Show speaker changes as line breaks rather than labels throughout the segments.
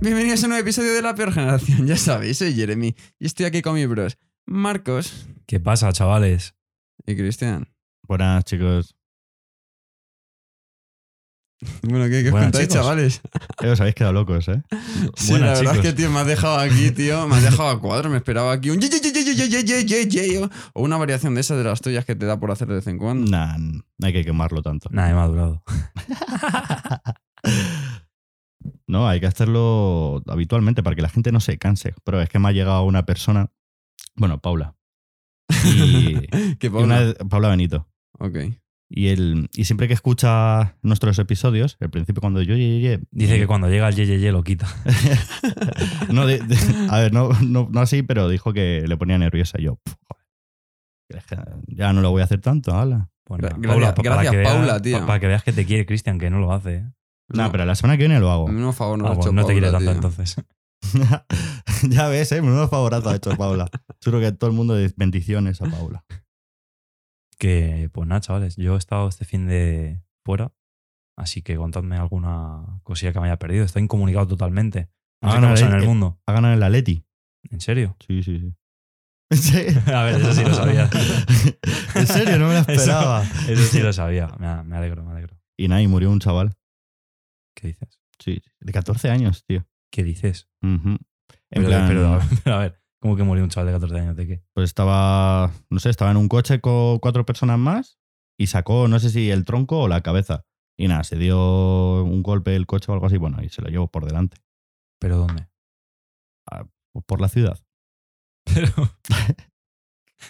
Bienvenidos a un nuevo episodio de La Peor Generación. Ya sabéis, soy Jeremy y estoy aquí con mi bros Marcos
¿Qué pasa, chavales?
y Cristian.
Buenas, chicos.
Bueno, ¿qué, qué os
Buenas,
contáis,
chicos.
chavales?
Eh, os habéis quedado locos, ¿eh?
Sí, la
Buenas,
verdad es
chicos.
que, tío, me has dejado aquí, tío. Me has dejado a cuadro. Me esperaba aquí un ye, ye, ye, ye, ye, ye, ye, ye, ye, ye, o una variación de esas de las tuyas que te da por hacer de vez en cuando.
Nah, no hay que quemarlo tanto.
Nada, he madurado.
No, hay que hacerlo habitualmente para que la gente no se canse. Pero es que me ha llegado una persona, bueno, Paula. Y, y
Mm,
Que por
una- Paula Benito.
Ok.
Y, el, y siempre que escucha nuestros episodios, al principio cuando yo llegué...
Dice que cuando llega el Yeyeye lo quita.
no, de- de- a ver, no, no, no así, pero dijo que le ponía nerviosa. Y yo, pf, joder, ya no lo voy a hacer tanto, hala.
Pues nada,
Gra- gracias-
pa-
gracias,
veas-
Paula, tío.
pa- Para que veas que te quiere Cristian, que no lo hace. ¿eh?
No,
No,
pero la semana que viene lo hago.
No, favor, no,
Ah,
lo ha
bueno,
hecho
no te quiere
Paula,
tanto
tío.
entonces.
ya ves, ¿eh? Menudo favorazo ha hecho Paula. Seguro que todo el mundo dice bendiciones a Paula.
Que, pues nada, chavales, yo he estado este fin de fuera, así que contadme alguna cosilla que me haya perdido. Estoy incomunicado totalmente. No
Ah,
sé qué
no,
pasa
eh,
en el
eh.
mundo.
Ha ganado el Atleti.
¿En serio?
Sí, sí, sí. Sí.
A ver, eso sí lo sabía.
en serio, no me lo
Eso-
esperaba.
Eso sí lo sabía. Me, a- me alegro, me alegro.
Y nada, y murió un chaval.
¿Qué dices?
Sí, sí, de 14 años, tío.
¿Qué dices?
Ujú. En
Pero,
plan,
pero- pero a ver, ¿cómo que murió un chaval de 14 años? ¿De qué?
pues estaba, no sé, estaba en un coche con cuatro personas más y sacó, no sé si el tronco o la cabeza. Y nada, se dio un golpe el coche o algo así, bueno, y se lo llevó por delante,
¿Pero dónde?
por la ciudad.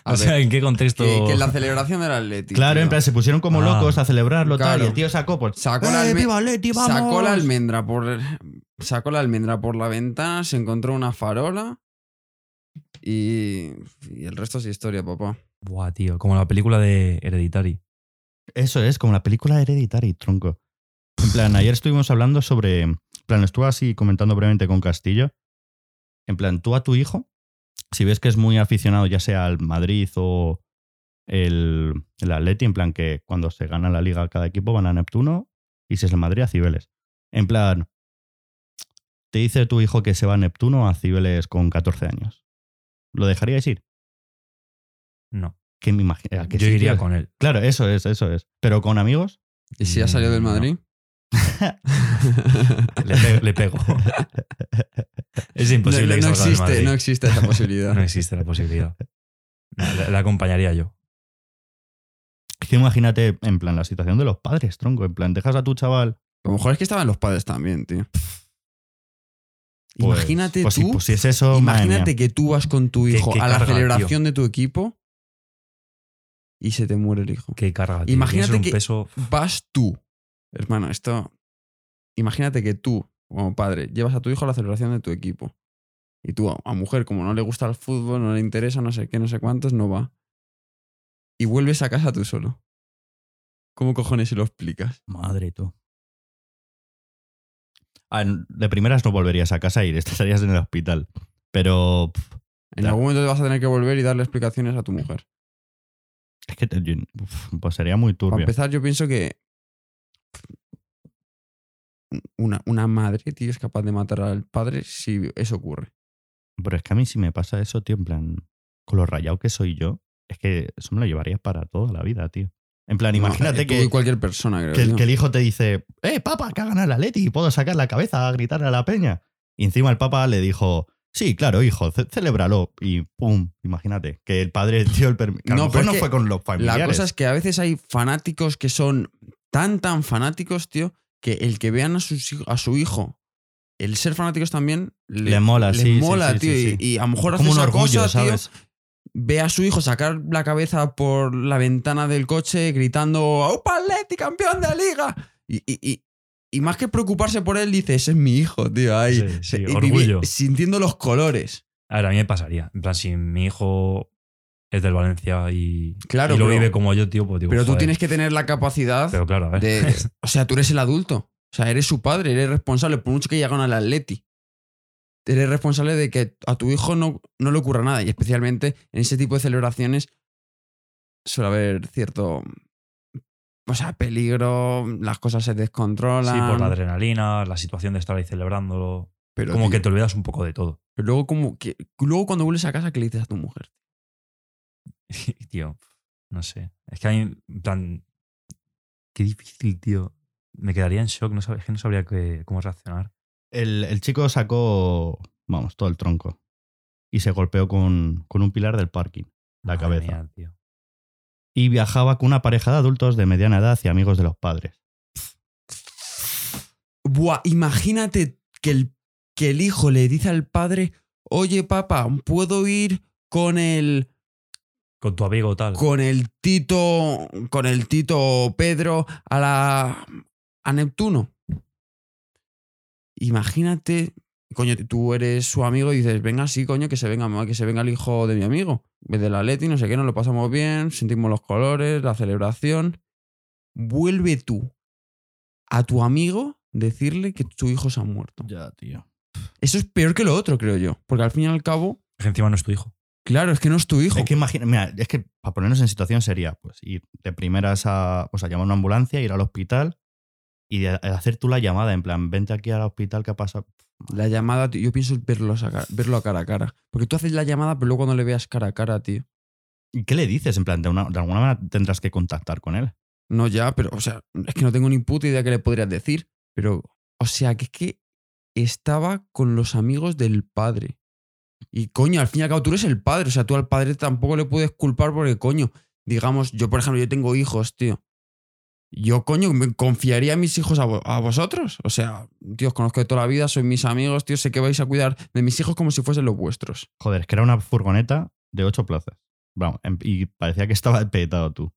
A
o sea,
ver,
¿en qué contexto? Eh,
que, que en la celebración del Atlético.
Claro, en plan, se pusieron como
Ah,
locos a celebrarlo
claro.
tal, y el tío sacó pues, por...
Sacó
eh,
la alme-
Leti,
Sacó la almendra por sacó la almendra por la ventana, se encontró una farola y, y el resto es historia, papá.
Buah, tío, como la película de Hereditary.
Eso es, como la película Hereditary, tronco. En plan, ayer estuvimos hablando sobre... En plan, estuve así comentando brevemente con Castillo. En plan, tú a tu hijo, si ves que es muy aficionado ya sea al Madrid o el, el Atleti, en plan que cuando se gana la liga cada equipo van a Neptuno y si es el Madrid a Cibeles. En plan, te dice tu hijo que se va a Neptuno a Cibeles con 14 años. ¿Lo dejaríais ir?
No.
Que me imagino.
Yo iría con él.
Claro, eso es, eso es. Pero con amigos,
¿Y si ha salido del
Mm, no.
Madrid?
Le, pe- le pego. es
no,
imposible.
no
que salga del
existe,
Madrid.
no existe esa posibilidad.
No existe la posibilidad. No, la, la acompañaría yo.
Es que imagínate, en plan, la situación de los padres, tronco. En plan, dejas a tu chaval.
A lo mejor es que estaban los padres también, tío.
pues,
imagínate
pues, Si,
tú,
pues si es eso, madre mía.
imagínate que tú vas con tu
Qué-
hijo
qué
a la
carga,
celebración de tu equipo y se te muere el hijo.
Qué carga. tío.
Imagínate
Tiene
que-
ser un peso.
vas tú, hermano, esto. Imagínate que tú, como padre, llevas a tu hijo a la celebración de tu equipo. Y tú, a, a mujer, como no le gusta el fútbol, no le interesa, no sé qué, no sé cuántos, no va. Y vuelves a casa tú solo. ¿Cómo cojones se lo explicas?
Madre tú. Ah, n- de primeras no volverías a casa y estarías en el hospital. Pero pf,
En
Claro.
algún momento te vas a tener que volver y darle explicaciones a tu
Pues
mujer.
es que te- yo- uf, pues sería muy
Para
turbio.
empezar, yo pienso que. Una, una madre, tío, es capaz de matar al padre si eso ocurre.
Pero es que a mí si me pasa eso, tío, en plan, con lo rayado que soy yo, es que eso me lo llevaría para toda la vida, tío. En plan,
No, eh,
imagínate
tú
que,
y cualquier persona, creo.
que, el-
yo.
que el hijo te dice, ¡eh, papá, que ha ganado el Atleti! y Puedo sacar la cabeza a gritar a la peña. Y encima el papá le dijo, sí, claro, hijo, ce- celébralo. Y pum, imagínate, que el padre dio el permiso.
No,
No,
pero es
no
que
fue con los familiares.
La cosa es que a veces hay fanáticos que son tan, tan fanáticos, tío, que el que vean a, sus hij- a su hijo, el ser fanáticos también, le,
Le mola,
le
sí, sí,
mola,
sí,
tío.
sí, sí.
Y, y a lo mejor hace
como un
esa
orgullo,
cosa,
¿sabes?
tío, ve a su hijo sacar la cabeza por la ventana del coche gritando ¡Opa, Atleti, campeón de la liga! Y, y- y- y más que preocuparse por él, dice, ese es mi hijo, tío, ahí.
Sí, sí,
y vivi-
orgullo.
sintiendo los colores.
A ver, a mí me pasaría. En plan, si mi hijo es del Valencia y,
Claro,
y lo
pero-
vive como yo, tío, pues digo.
Pero tú
eh.
joder.
tienes que tener la capacidad
Pero claro, a ver.
de- o sea, tú eres el adulto. O sea, eres su padre, eres responsable. Por mucho que llegan al Atleti, eres responsable de que a tu hijo no, no le ocurra nada. Y especialmente en ese tipo de celebraciones suele haber cierto. O sea, peligro, las cosas se
Sí,
descontrolan.
por la adrenalina, la situación de estar ahí celebrándolo.
Pero,
como
tío,
que te olvidas un poco de todo.
pero luego, como que, luego cuando vuelves a casa, ¿qué le dices a tu mujer?
Y, tío, no sé. Es que hay. en plan, qué difícil, tío. Me quedaría en shock, no sabría, es que no sabría qué- cómo reaccionar.
El, el chico sacó, vamos, todo el tronco y se golpeó con, con un pilar del parking, la
Madre
cabeza.
mía, tío.
Y viajaba con una pareja de adultos de mediana edad y amigos de los padres.
Buah, imagínate que el, que el hijo le dice al padre, oye papá, ¿puedo ir con el,
Con tu amigo tal.
con el Tito, con el Tito Pedro a la, a Neptuno? Imagínate, coño, tú eres su amigo y dices, venga, sí, coño, que se venga, mamá, que se venga el hijo de mi amigo, de la Leti, no sé qué, nos lo pasamos bien, sentimos los colores, la celebración. Vuelve tú a tu amigo decirle que tu hijo se ha muerto.
Ya, tío.
Eso es peor que lo otro, creo yo. Porque al fin y al cabo,
Que encima no es tu hijo.
claro, es que no es tu hijo.
Es que imagina, mira, es que para ponernos en situación sería pues ir de primeras a, o sea, llamar a una ambulancia, ir al hospital y de- eh, hacer tú la llamada en plan, vente aquí al hospital, ¿qué ha pasado?
La llamada, tío, yo pienso en verlo a, ca- verlo a cara a cara. Porque tú haces la llamada, pero luego cuando le veas cara a cara, tío.
¿Y qué le dices? En plan, de, una- de alguna manera tendrás que contactar con él.
No ya, pero, o sea, es que no tengo ni puta idea que le podrías decir. Pero, o sea, que es que estaba con los amigos del padre. Y coño, al fin y al cabo tú eres el padre. O sea, tú al padre tampoco le puedes culpar porque, coño, digamos, yo, por ejemplo, yo tengo hijos, tío. Yo, coño, me confiaría a mis hijos a, vo- a vosotros. O sea, tío, os conozco de toda la vida, sois mis amigos, tío, sé que vais a cuidar de mis hijos como si fuesen los vuestros.
Joder, es que era una furgoneta de ocho plazas. Vamos, em- y parecía que estaba petado tú.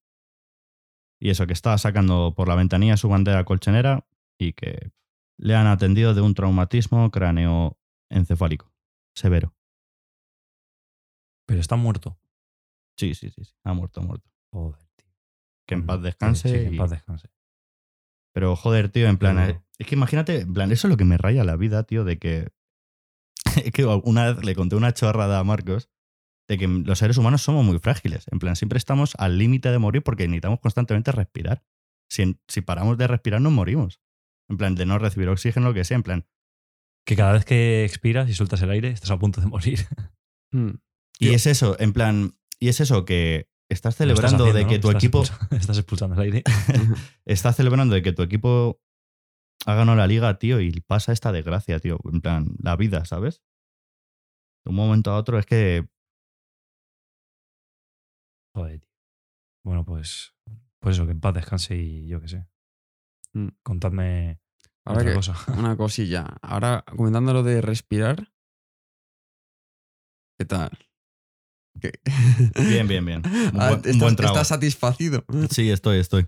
Y eso, que estaba sacando por la ventanilla su bandera colchonera y que le han atendido de un traumatismo cráneoencefálico severo.
Pero está muerto.
Sí, sí, sí, sí. Ha muerto, ha muerto.
Joder, tío.
Que en
Mm,
paz
sí,
descanse.
sí, que en
y-
paz descanse.
Pero joder, tío, en plan.
Duro.
eh, Es que imagínate, en plan, eso es lo que me raya la vida, tío, de que. Es que una vez le conté una chorrada a Marcos de que los seres humanos somos muy frágiles. En plan, siempre estamos al límite de morir porque necesitamos constantemente respirar. Si, si paramos de respirar, nos morimos. En plan, de no recibir oxígeno, lo que sea. En plan,
Que cada vez que expiras y sueltas el aire, estás a punto de morir.
Hmm.
y
Tío.
es eso, en plan, y es eso que estás celebrando
Lo estás
de
haciendo,
que
¿no?
tu
Estás
equipo.
expulsa- estás expulsando el aire.
estás celebrando de que tu equipo ha ganado la liga, tío, y pasa esta desgracia, tío. En plan, la vida, ¿sabes? De un momento a otro es que.
Joder, tío. Bueno, pues, pues eso, que en paz descanse y yo qué sé.
Mm.
Contadme
Ahora
otra
que-
cosa.
Una cosilla. Ahora, comentando lo de respirar. ¿Qué tal? ¿Qué?
Bien, bien, bien. Un
Ah,
buen, un
estás,
buen trago.
estás satisfacido.
Sí, estoy, estoy.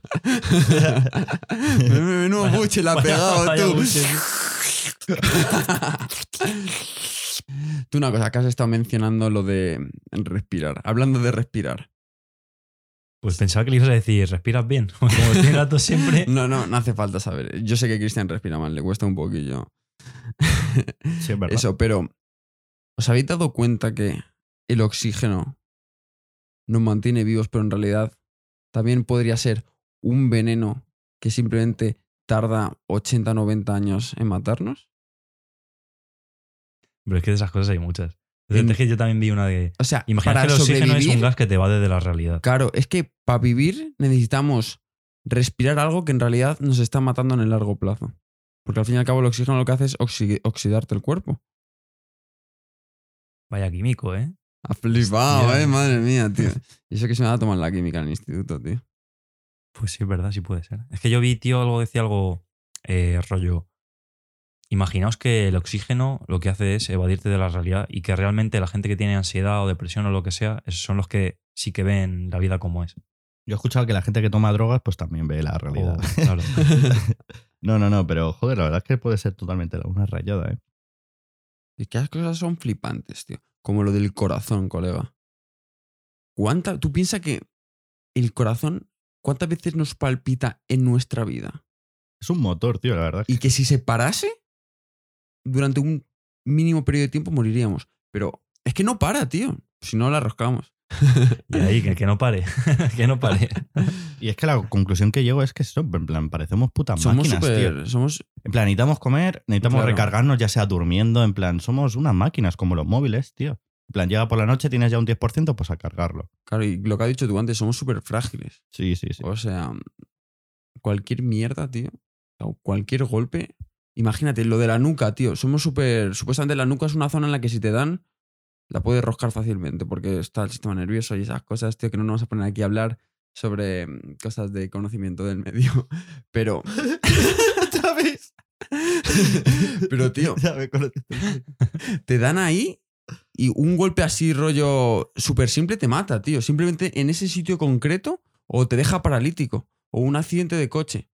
Men- Menudo buche la ha
vaya-
pegado
vaya
tú.
buche,
tú una cosa, que has estado mencionando lo de respirar. Hablando de respirar.
Pues pensaba que le ibas a decir, ¿respiras bien? Como tiene gato siempre.
No, no, no hace falta saber. Yo sé que Cristian respira mal, le cuesta un poquillo.
Sí, es verdad.
Eso, pero ¿os habéis dado cuenta que el oxígeno nos mantiene vivos, pero en realidad también podría ser un veneno que simplemente tarda 80, 90 años en matarnos?
Pero es que de esas cosas hay muchas. Es
En-
que yo también vi una de.
O sea,
Imagina que
Mm. para
el oxígeno
sobrevivir,
es un gas que te va desde la realidad.
claro, es que para vivir necesitamos respirar algo que en realidad nos está matando en el largo plazo. Porque al fin y al cabo el oxígeno lo que hace es oxi- oxidarte el cuerpo.
Vaya químico, ¿eh?
Ha flipado,
Hostia.
eh, madre mía, tío. Y eso que se me va a tomar la química en el instituto, tío.
Pues sí, es verdad, sí puede ser. Es que yo vi, tío, algo decía algo eh, rollo. Imaginaos que el oxígeno lo que hace es evadirte de la realidad y que realmente la gente que tiene ansiedad o depresión o lo que sea, esos son los que sí que ven la vida como es.
Yo he escuchado que la gente que toma drogas, pues también ve la realidad.
O,
Oh.
claro.
No, no, no, pero joder, la verdad es que puede ser totalmente la- una rayada, ¿eh?
Es que las cosas son flipantes, tío. Como lo del corazón, colega. ¿Cuánta, ¿Tú piensas que el corazón cuántas veces nos palpita en nuestra vida?
Es un motor, tío, la verdad.
Y que si se parase, durante un mínimo periodo de tiempo moriríamos. Pero es que no para, tío. Si no, la roscamos.
Y ahí, que, que no pare. que no pare.
Y es que la conclusión que llego es que eso, en plan, parecemos putas
Somos
máquinas, tío.
súper. Somos.
En plan, necesitamos comer, necesitamos
Claro.
recargarnos, ya sea durmiendo, en plan, somos unas máquinas como los móviles, tío. En plan, llega por la noche, tienes ya un 10%, pues a cargarlo.
Claro, y lo que has dicho tú antes, somos súper frágiles.
Sí, sí, sí.
O sea, cualquier mierda, tío. O cualquier golpe. Imagínate, lo de la nuca, tío. Somos súper. Supuestamente la nuca es una zona en la que si te dan, la puedes roscar fácilmente porque está el sistema nervioso y esas cosas, tío, que no nos vamos a poner aquí a hablar sobre mm, cosas de conocimiento del medio. Pero,
¿Sabes?
pero tío,
Ya me conozco.
te dan ahí y un golpe así rollo súper simple te mata, tío. Simplemente en ese sitio concreto o te deja paralítico o un accidente de coche.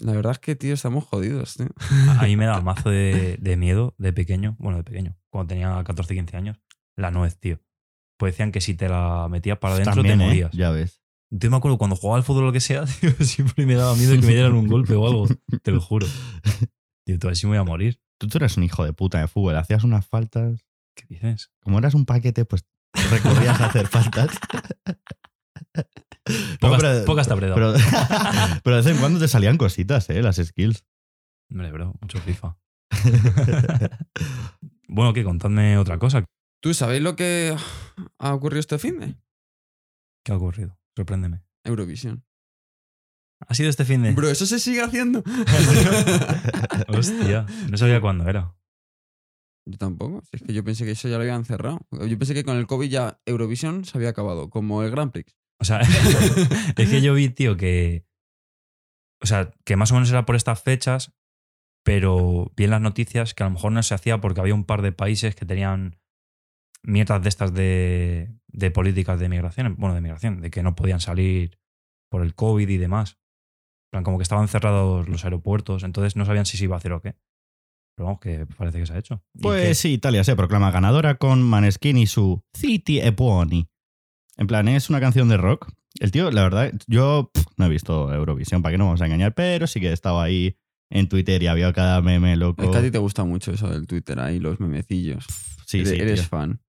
La verdad es que, tío, estamos jodidos, tío.
A mí me daba mazo de, de miedo de pequeño, bueno, de pequeño, cuando tenía 14, 15 años, la nuez, tío. Pues decían que si te la metías para adentro
También,
te
¿eh?
morías.
Ya ves.
Yo me acuerdo cuando jugaba al fútbol o lo que sea, tío, siempre me daba miedo que me dieran un golpe o algo, te lo juro. Tío, tú así me voy a morir.
Tú, tú eras un hijo de puta de fútbol, hacías unas faltas.
¿Qué dices?
Como eras un paquete, pues recorrías a hacer faltas. No,
Pocas,
pero-
pocas te habré dado.
Pero, pero de vez en cuando te salían cositas, ¿eh? Las skills.
Hombre, bro, mucho FIFA. bueno, que contadme otra cosa.
¿Tú sabéis lo que ha ocurrido este fin de?
¿Qué ha ocurrido? Sorpréndeme.
Eurovisión.
¿Ha sido este
Eh.
fin de...?
Bro, eso se sigue haciendo.
Hostia, no sabía cuándo era.
Yo tampoco. Si es que yo pensé que eso ya lo habían cerrado. Yo pensé que con el COVID ya Eurovisión se había acabado, como el Grand Prix.
O sea, es que yo vi, tío, que... O sea, que más o menos era por estas fechas, pero vi en las noticias que a lo mejor no se hacía porque había un par de países que tenían mierdas de estas de, de políticas de migración, bueno, de migración, de que no podían salir por el COVID y demás. En plan, como que estaban cerrados los aeropuertos, entonces no sabían si se iba a hacer o qué. Pero vamos, que parece que se ha hecho. Y que-
Pues sí, Italia se proclama ganadora con Maneskin y su City e Buoni. En plan, es una canción de rock. El tío, la verdad, yo pff, no he visto Eurovisión, para que no vamos a engañar, pero sí que estaba ahí en Twitter y había cada meme loco.
Es que a ti te gusta mucho eso del Twitter ahí, los memecillos.
Oh. Sí,
eres
sí,
eres
tío.
fan.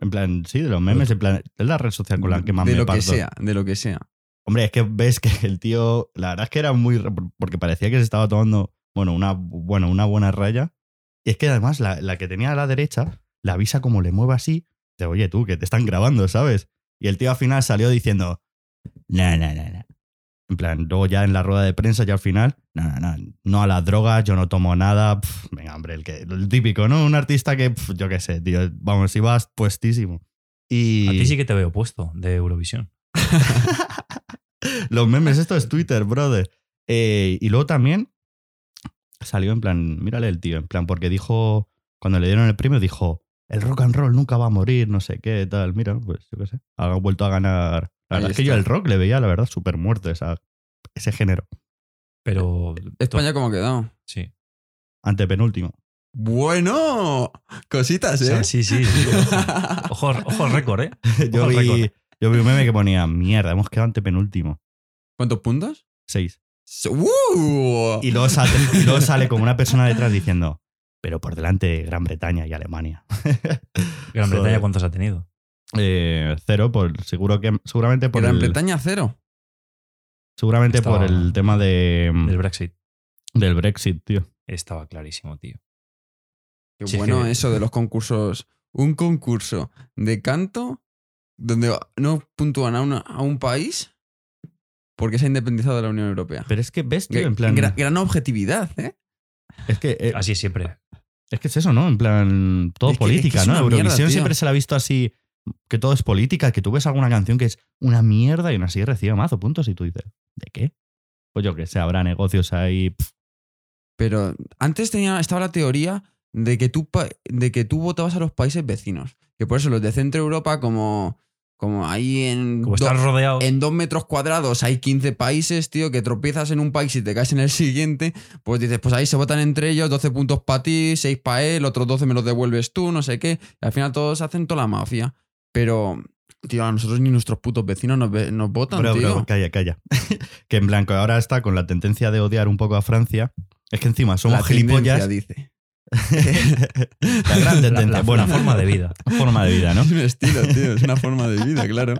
En plan, sí, de los memes, en plan, es la red social con la que más
Mm, de
me
lo
parto.
que sea, de lo que sea.
Hombre, es que ves que el tío, la verdad es que era muy, re- porque parecía que se estaba tomando, bueno, una, bueno, una buena raya. Y es que además la, la que tenía a la derecha, la avisa como le mueva así, de oye tú, que te están grabando, ¿sabes? Y el tío al final salió diciendo, no, no, no, no. En plan, luego ya en la rueda de prensa, ya al final, no, no, no, no a las drogas, yo no tomo nada, pf, venga, hombre, el, que, el típico, ¿no? Un artista que, pf, yo qué sé, tío, vamos, ibas puestísimo. Y...
A ti sí que te veo puesto de Eurovisión.
Los memes, esto es Twitter, brother. Eh, y luego también salió en plan, mírale el tío, en plan, porque dijo, cuando le dieron el premio, dijo, el rock and roll nunca va a morir, no sé qué, tal. Mira, pues yo qué sé, ha vuelto a ganar. La
Ahí
verdad es que
está.
yo el rock le veía, la verdad, súper muerto esa, ese género.
Pero...
España, ¿cómo ha quedado?
Sí.
Antepenúltimo.
Bueno, cositas,
O
¿eh?
sea, sí, sí. sí. Ojo, ojo récord, ¿eh?
Yo
Ojo al
vi,
récord.
yo vi un meme que ponía, mierda, hemos quedado antepenúltimo.
¿Cuántos puntos?
Seis.
Se- ¡Uh!
Y luego, sale, y luego sale como una persona detrás diciendo, pero por delante Gran Bretaña y Alemania.
Gran
Joder.
Bretaña, ¿cuántos ha tenido?
Eh, cero, por, seguro que, seguramente por
Gran
el,
Bretaña cero.
seguramente
Estaba-
por el tema de,
Mm.
mm,
Del Brexit.
del Brexit, tío.
Estaba clarísimo, tío.
Qué
Sí, es
bueno
que-
eso de los concursos. Un concurso de canto donde no puntúan a, una- a un país porque se ha independizado de la Unión Europea.
Pero es que ves, tío,
Gra-
en plan.
gra- gran objetividad, ¿eh?
es, que, eh,
Así es siempre.
ah,
es que es eso, ¿no? En plan, todo
Es que- es que
política,
es
¿no?
una
Eurovisión
mierda, tío.
siempre se la ha visto así, que todo es política, que tú ves alguna canción que es una mierda y aún así recibe mazo puntos y tú dices, ¿de qué? Pues yo que sé, habrá negocios ahí. pf,
Pero antes tenía, estaba la teoría de que, tú, pa- de que tú votabas a los países vecinos. Que por eso los de Centro Europa, como, como ahí en,
Como
do-
estás rodeado.
en dos metros cuadrados hay 15 países, tío, que tropiezas en un país y te caes en el siguiente, pues dices, pues ahí se votan entre ellos, 12 puntos para ti, 6 para él, otros 12 me los devuelves tú, no sé qué. Y al final todos hacen toda la mafia. Pero, tío, a nosotros ni nuestros putos vecinos nos, ve- nos votan,
Bro,
tío.
bro, calla, calla. que en blanco ahora está con la tendencia de odiar un poco a Francia. Es que encima somos
La tendencia
gilipollas.
dice.
la gran
La-
tendencia.
la
Bueno,
forma de vida.
forma de vida, ¿no?
Es un estilo, tío, es una forma de vida, claro.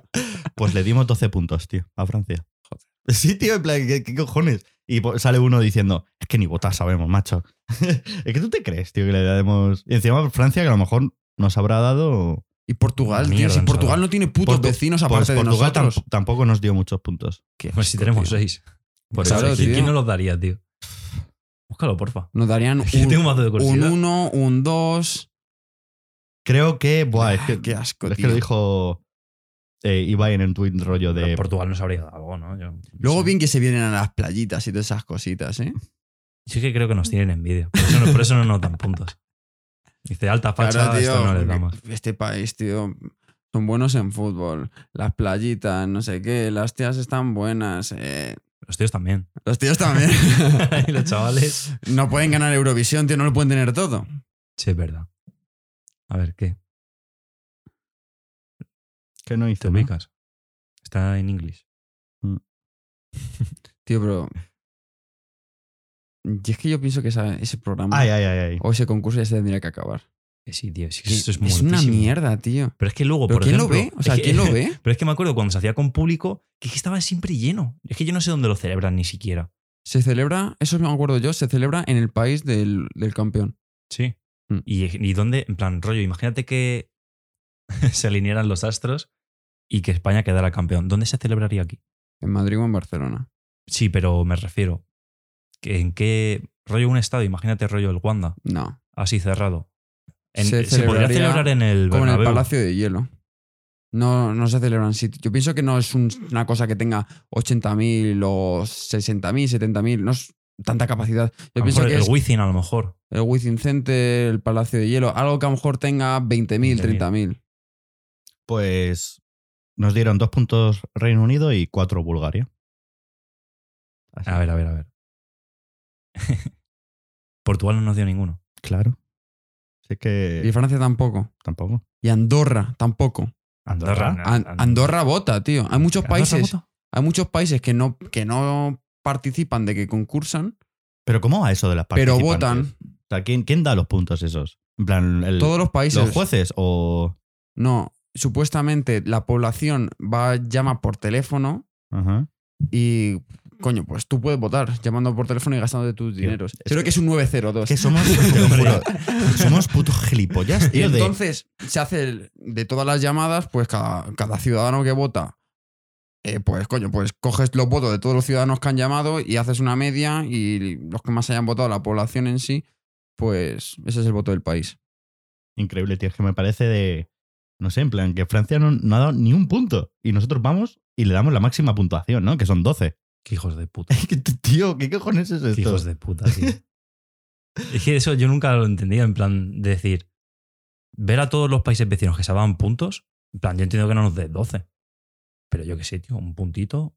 Pues le dimos 12 puntos, tío, a Francia.
Joder.
Sí, tío, en plan, ¿qué, qué cojones? Y po- sale uno diciendo, es que ni votar sabemos, macho. es que tú te crees, tío, que le demos... Y encima Francia, que a lo mejor nos habrá dado...
Y Portugal, tío.
Mierda,
Si
en
Portugal
Salvador.
no tiene putos
Portu-
vecinos
Pues
aparte
Portugal
de nosotros.
tamp- tampoco nos dio muchos puntos.
Qué
Pues si
asco,
tenemos
tío.
seis. Por
Claro,
eso, ¿quién-
tío.
¿quién nos los daría, tío? Búscalo, porfa.
Nos darían
Es que
un,
tengo un mazo de curiosidad.
un uno, un dos.
Creo que... Buah, es
Ah,
que,
qué asco,
es que
tío.
lo dijo eh, Ibai en el tweet rollo
Pero
de...
Portugal nos habría dado algo, ¿no? Yo- no
Luego
sé.
bien que se vienen a las playitas y todas esas cositas, ¿eh?
Sí que creo que nos tienen envidia. Por eso, no- por eso no nos dan puntos. Dice alta facha,
Claro, tío,
esto no les
porque
damos.
Este país, tío, son buenos en fútbol. Las playitas, no sé qué, las tías están buenas. eh,
Los tíos también.
Los tíos también.
y los chavales.
no pueden ganar Eurovisión, tío, no lo pueden tener todo.
Sí, es verdad. A ver, ¿qué?
¿Qué no
¿Te
hizo? no?
ubicas? Está en inglés.
Tío, pero... Y es que yo pienso que esa- ese programa
Ay, ay, ay, ay.
o ese concurso ya se tendría que acabar.
Que Eh, sí, tío. sí, esto es,
es una
muertísimo.
mierda, tío.
Pero es que luego,
¿Pero
por
quién
ejemplo...
lo ve? O sea,
es que-
¿quién lo ve?
Pero es que me acuerdo cuando se hacía con público que es que estaba siempre lleno. Es que yo no sé dónde lo celebran ni siquiera.
Se celebra, eso me acuerdo yo, se celebra en el país del, del campeón.
Sí.
Mm.
Y, y dónde, en plan, rollo, imagínate que se alinearan los astros y que España quedara campeón. ¿Dónde se celebraría aquí?
En Madrid o en Barcelona.
Sí, pero me refiero. que ¿En qué rollo un estado? Imagínate rollo el Wanda,
No.
así cerrado. En-
Se
se, podría
celebraría
celebrar en el
Como en el
Bernabéu.
Palacio de Hielo. No, no se celebran sitios. Yo pienso que no es un- una cosa que tenga 80.000 o 60.000, 70.000. No es tanta capacidad.
A
Yo
lo
pienso
mejor
que
el
es
Wizzing, a lo mejor.
el Wizzing Center, el Palacio de Hielo. Algo que a lo mejor tenga 20.000,
20.000.
30.000.
Pues nos dieron dos puntos Reino Unido y cuatro Bulgaria. Así.
A ver, a ver, a ver. Portugal no nos dio ninguno.
Claro. Sé
Y
que
Francia tampoco.
tampoco.
Y Andorra tampoco.
Andorra.
An-
Andorra.
Andorra vota, tío. Hay muchos
¿Andorra
países,
vota?
hay muchos países que no, que no participan de que concursan,
Pero ¿cómo va eso de las
pero
participantes?
votan.
O sea, ¿quién, quién da los puntos esos? En plan, el-
Todos los países.
los jueces o...
No, supuestamente la población va, llama por teléfono
Ajá.
y, coño, pues tú puedes votar llamando por teléfono y gastándote tus
Tío,
dineros.
es
Creo
que-
que, es un 902.
Que somos, te lo juro, somos putos gilipollas,
y
tío, de-
entonces se hace el- de todas las llamadas, pues cada, cada ciudadano que vota, eh, pues coño, pues coges los votos de todos los ciudadanos que han llamado y haces una media y los que más hayan votado, la población en sí, pues ese es el voto del país.
Increíble, tío. Es que me parece de... No sé, en plan, que Francia no, no ha dado ni un punto. Y nosotros vamos y le damos la máxima puntuación, ¿no? Que son 12.
Qué hijos de puta.
Que, tío, ¿qué cojones es
Qué
esto?
Hijos de puta, tío. es que eso yo nunca lo entendía, en plan, decir, ver a todos los países vecinos que se daban puntos, en plan, yo entiendo que no nos dé 12. Pero yo qué sé, tío, un puntito,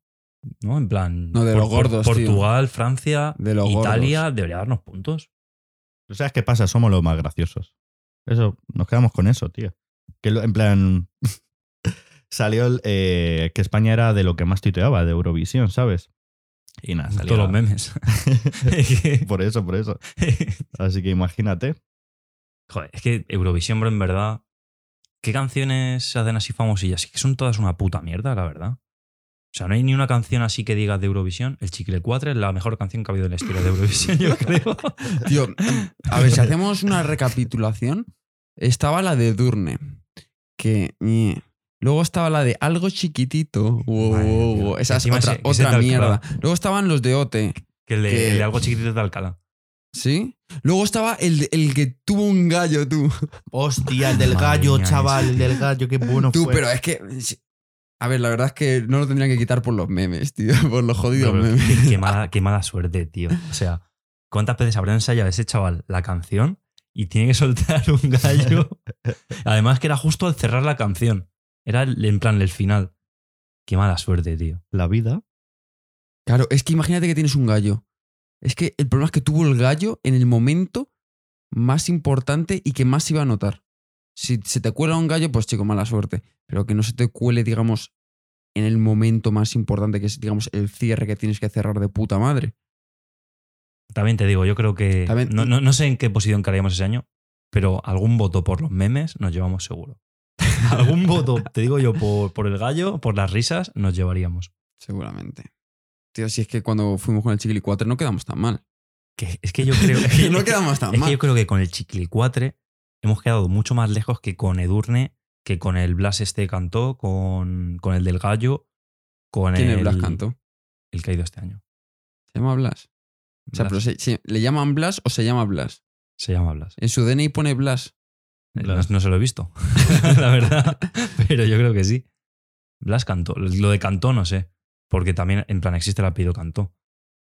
¿no? En plan,
No, de los gordos, tío.
Portugal, Francia,
De los
Italia,
gordos.
debería darnos puntos.
Pero ¿Sabes qué pasa? Somos los más graciosos. Eso, nos quedamos con eso, tío. Que lo- en plan. salió el, eh, que España era de lo que más tuiteaba, de Eurovisión, ¿sabes? Y nada, salió.
Todos los memes.
por eso, por eso. Así que imagínate.
Joder, es que Eurovisión, bro, en verdad. ¿Qué canciones se hacen así famosillas? Es que son todas una puta mierda, la verdad. O sea, no hay ni una canción así que digas de Eurovisión. El Chicle 4 es la mejor canción que ha habido en la historia de Eurovisión, yo creo.
Tío, a ver, si hacemos una recapitulación, estaba la de Durne, que... ñe. Luego estaba la de algo chiquitito. Wow,
Madre
wow,
mía.
wow. Esa es
Encima
otra,
ese- ese
otra
tal
mierda. Luego estaban los de Ote,
Que el de,
Que-
el de algo chiquitito de Alcalá.
¿sí? Luego estaba el, el que tuvo un gallo, tú.
Hostia, el
del Madre gallo, mía, chaval,
el del gallo, qué bueno.
Tú, pero es que... sí. A ver, la verdad es que no lo tendrían que quitar por los memes, tío. Por los jodidos
Bro, bro,
memes.
qué, qué mala, qué mala suerte, tío. O sea, ¿cuántas veces habrá ensayado ese chaval la canción y tiene que soltar un gallo? Además, que era justo al cerrar la canción. Era el- en plan el final. Qué mala suerte, tío.
La vida.
Claro, es que imagínate que tienes un gallo. Es que el problema es que tuvo el gallo en el momento más importante y que más se iba a notar. Si se te cuela un gallo, pues chico, mala suerte. Pero que no se te cuele, digamos, en el momento más importante, que es, digamos, el cierre que tienes que cerrar de puta madre.
También te digo, yo creo que.
También-
no, no- no sé en qué posición quedaríamos ese año, pero algún voto por los memes nos llevamos seguro. Algún voto, te digo yo, por, por el gallo, por las risas, nos llevaríamos.
Seguramente. Tío, si es que cuando fuimos con el chiquilicuatre no quedamos tan mal.
Que- es que yo creo. es que-
no quedamos tan
es que
mal.
yo creo que con el Chiquilicuatre hemos quedado mucho más lejos que con Edurne, que con el Blas este cantó, con, con el del gallo, con
¿Quién
el.
es Blas Canto?
El que ha ido este año.
Se llama Blas. O sea,
Blas.
pero se- se- ¿le llaman Blas o se llama Blas?
Se llama Blas.
En su DNI pone Blas.
Eh,
Blas.
No, no se lo he visto, la verdad. Pero yo creo que sí. Blas cantó. Lo de cantó no sé. Porque también, en plan, existe el apellido cantó.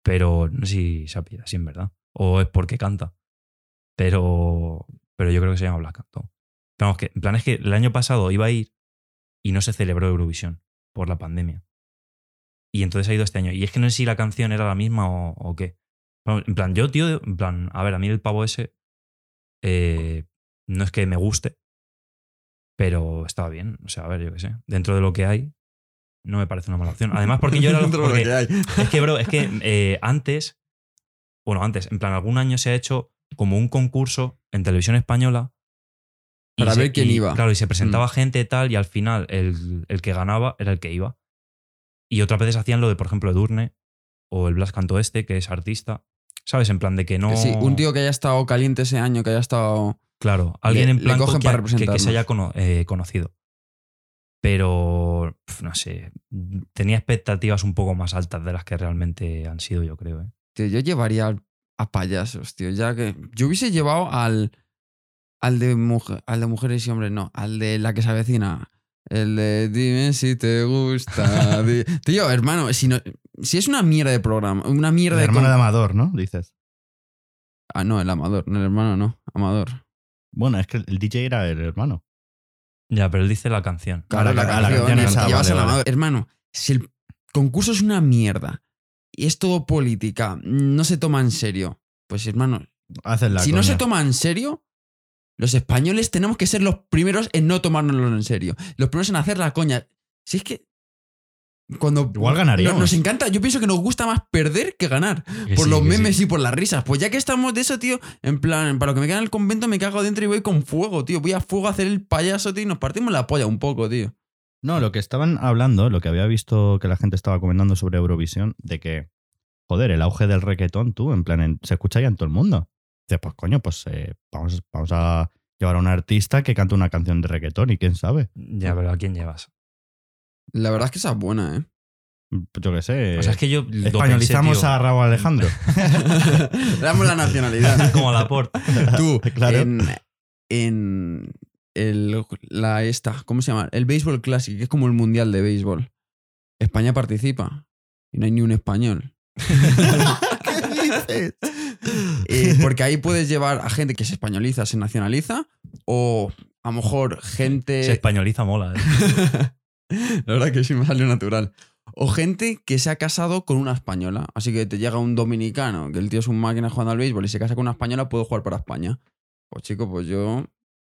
Pero no sé si se apellida así, en verdad. O es porque canta. Pero, pero yo creo que se llama Blas cantó. Pero vamos, que, en plan, es que el año pasado iba a ir y no se celebró Eurovisión por la pandemia. Y entonces ha ido este año. Y es que no sé si la canción era la misma o, o qué. Bueno, en plan, yo, tío, en plan, a ver, a mí el pavo ese eh, no es que me guste, pero estaba bien. O sea, a ver, yo qué sé. Dentro de lo que hay, no me parece una mala opción. Además, porque yo era lo
Dentro de lo
porque-
que hay.
es que, bro, es que eh, antes, bueno, antes, en plan, algún año se ha hecho como un concurso en televisión española. y
Para
se-
ver quién
y,
iba. Mm.
Claro, y se presentaba gente tal, y al final el, el que ganaba era el que iba. Y otras veces hacían lo de, por ejemplo, Edurne o el Blas Canto Este, que es artista. ¿Sabes? En plan de que no.
Sí, un tío que haya estado caliente ese año, que haya estado.
Claro, alguien
Le-
en
le
plan
cogen
que,
para
que- que
representarnos.
se haya cono- eh, conocido. Pero, pf, no sé, tenía expectativas un poco más altas de las que realmente han sido, yo creo. ¿eh?
Tío, este, yo llevaría al- a payasos, tío. Ya que. Yo hubiese llevado al. Al de, mujer, al de mujeres y hombres, no. Al de la que se avecina. El de dime si te gusta. di- Tío, hermano, si, no, si es una mierda de programa, una mierda
La
de.
hermana
con-
de Amador, ¿no? Dices.
Ah, no, el amador. El hermano no, amador.
Bueno, es que el DJ era el hermano.
Ya, pero él dice la canción.
Claro,
la,
Ah, la- la
canción,
canción
es-
esa,
llevas
vale,
al
vale.
amador. Hermano, si el concurso es una mierda y es todo política, no se toma en serio. Pues hermano,
Haces la
si no
coña.
se toma en serio, los españoles tenemos que ser los primeros en no tomárnoslo en serio. Los primeros en hacer la coña. Si es que. Cuando
Igual ganaríamos.
Nos, nos encanta, yo pienso que nos gusta más perder que ganar. Por los memes y por las risas. Pues ya que estamos de eso, tío, en plan, para lo que me queda en el convento me cago dentro y voy con fuego, tío. Voy a fuego a hacer el payaso, tío, y nos partimos la polla un poco, tío.
No, lo que estaban hablando, lo que había visto que la gente estaba comentando sobre Eurovisión, de que, joder, el auge del reggaetón, tú, en plan, en- se escucha ya en todo el mundo. Dices, pues coño, pues eh, vamos, vamos a llevar a un artista que cante una canción de reggaetón y quién sabe.
Ya, pero ¿a quién llevas?
La verdad es que esa es buena, ¿eh?
Pues, Yo qué sé.
O sea, es que yo. lo
españolizamos
pensé,
a Raúl Alejandro.
Le damos la nacionalidad.
tío, Como la porta.
Tú,
Claro.
en, en el, la esta, ¿cómo se llama? El Béisbol Classic, que es como el Mundial de Béisbol. España participa y no hay ni un español. Eh, porque ahí puedes llevar a gente que se españoliza, se nacionaliza, o a lo mejor gente...
Se españoliza mola. ¿eh?
La verdad que sí me salió natural. O gente que se ha casado con una española. Así que te llega un dominicano, que el tío es un máquina jugando al béisbol y se casa con una española, puedo jugar para España. Pues chico, pues yo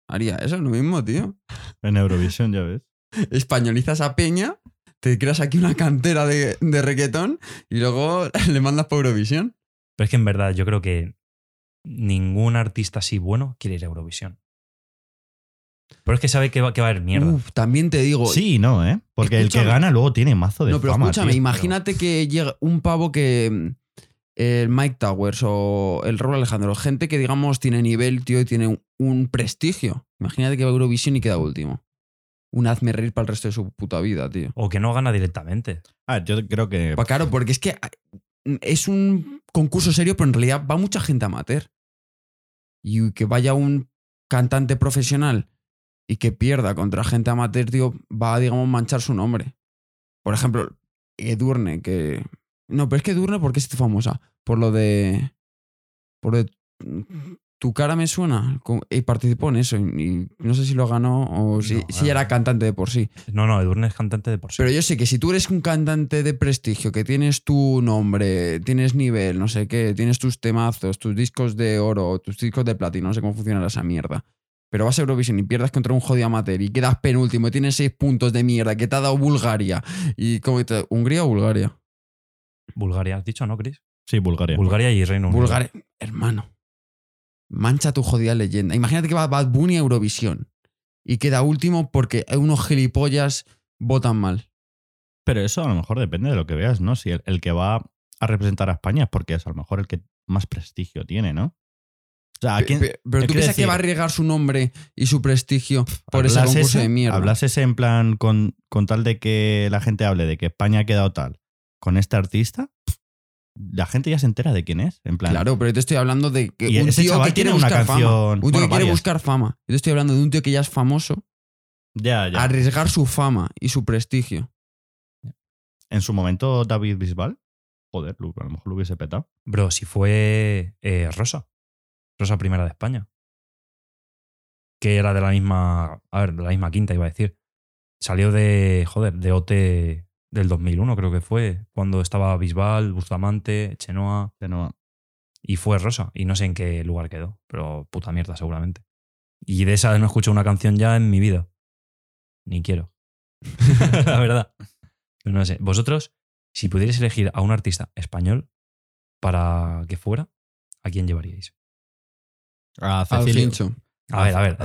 haría eso, lo mismo, tío.
en Eurovisión, ya ves.
Españolizas a Peña, te creas aquí una cantera de, de reggaetón y luego le mandas por Eurovisión.
Pero es que en verdad yo creo que ningún artista así bueno quiere ir a Eurovisión. Pero es que sabe que va, que va a haber mierda.
Uf, también te digo.
Sí y no, ¿eh? Porque el
Escúchame.
que gana luego tiene mazo de
No, pero
fama,
escúchame,
tío.
imagínate que llega un pavo que. mm, El Mike Towers o el Raúl Alejandro, gente que, digamos, tiene nivel, tío, y tiene un, un prestigio. Imagínate que va a Eurovisión y queda último. Un hazme reír para el resto de su puta vida, tío.
O que no gana directamente.
Ah, yo creo que...
Pa- claro, porque es que ah, es un concurso serio, pero en realidad va mucha gente amateur. Y que vaya un cantante profesional y que pierda contra gente amateur, tío, va a, digamos, manchar su nombre. Por ejemplo, Edurne, que. No, pero es que Edurne, ¿por qué es famosa? Por lo de. Por lo de. Tu cara me suena. co- Y participó en eso. Y, y no sé si lo ganó o si,
No,
si ya
ah.
era cantante de por sí.
No, no, Edurne es cantante de por sí.
Pero yo sé que si tú eres un cantante de prestigio, que tienes tu nombre, tienes nivel, no sé qué, tienes tus temazos, tus discos de oro, tus discos de platino, no sé cómo funcionará esa mierda. Pero vas a Eurovisión y pierdas contra un jodido amateur y quedas penúltimo y tienes seis puntos de mierda que te ha dado Bulgaria. ¿Y cómo que te- ¿Hungría o Bulgaria?
Bulgaria, ¿has dicho, no, Chris?
Sí, Bulgaria.
Bulgaria y Reino Unido.
Bulgaria. Hermano. Mancha tu jodida leyenda. Imagínate que va Bad Bunny a Eurovisión. y queda último porque unos gilipollas votan mal.
Pero eso a lo mejor depende de lo que veas, ¿no? Si el, el que va a representar a España es porque es a lo mejor el que más prestigio tiene, ¿no? O sea, ¿a quién-
Pe- pero tú
yo quiero
piensas que
decir-
va a arriesgar su nombre y su prestigio por ese
hablas
concurso
ese-
de mierda.
Hablas ese en plan con, con tal de que la gente hable de que España ha quedado tal con este artista, la gente ya se entera de quién es. En plan,
Claro, pero yo te estoy hablando de que
Y
un
ese
tío
chaval
que quiere
tiene una
buscar fama.
canción-
Un tío
bueno,
que quiere
varias.
buscar fama. Yo te estoy hablando de un tío que ya es famoso,
ya, ya.
arriesgar su fama y su prestigio.
En su momento, David Bisbal, joder, lo- a lo mejor lo hubiese petado.
Bro, si fue eh, Rosa. Rosa Primera de España. Que era de la misma. A ver, de la misma quinta, iba a decir. Salió de. Joder, de OT del 2001, creo que fue. Cuando estaba Bisbal, Bustamante, Chenoa.
De nuevo.
Y fue Rosa. Y no sé en qué lugar quedó. Pero puta mierda, seguramente. Y de esa no escucho una canción ya en mi vida. Ni quiero. la verdad. Pero no sé. Vosotros, si pudierais elegir a un artista español para que fuera, ¿a quién llevaríais?
A
Al
Cecilio,
hincho.
A ver, a ver.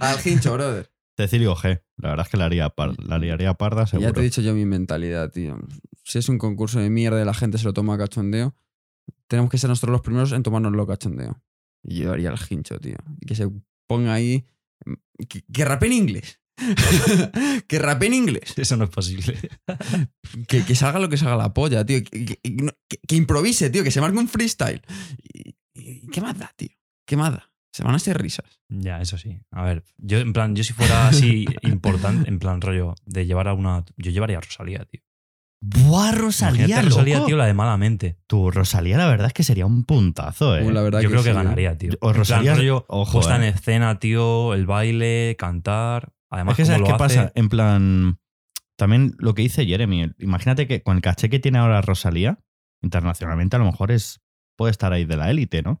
Ah.
Al hincho, brother.
Cecilio G. La verdad es que la haría, par- la liaría parda, seguro.
Ya te he dicho yo mi mentalidad, tío. Si es un concurso de mierda y la gente se lo toma a cachondeo, tenemos que ser nosotros los primeros en tomárnoslo a cachondeo. Y yo haría al hincho, tío. Y Que se ponga ahí. mm, Que, que rape en inglés. que rape en inglés.
Eso no es posible.
Que, que salga lo que salga la polla, tío. Que, que- que no- que- que improvise, tío. Que se marque un freestyle. Y, y- ¿Qué más da, tío? ¿Qué más da? Se van a hacer risas.
Ya, eso sí. A ver, yo en plan, yo si fuera así importante, en plan rollo de llevar a una. Yo llevaría a Rosalía, tío.
Buah,
Imagínate
Rosalía,
a Rosalía,
loco.
tío, la de malamente.
Tú, Rosalía, la verdad es que sería un puntazo, eh.
Uh, la verdad
Yo creo que
sí, ¿eh?
ganaría, tío.
O
En plan,
Rosalía-
rollo,
ojo,
puesta en
eh.
escena, tío, el baile, cantar. Además,
Es que
cómo
sabes
lo
qué
hace.
pasa, en plan, también lo que dice Jeremy, imagínate que con el caché que tiene ahora Rosalía, internacionalmente a lo mejor es puede estar ahí de la élite, ¿no?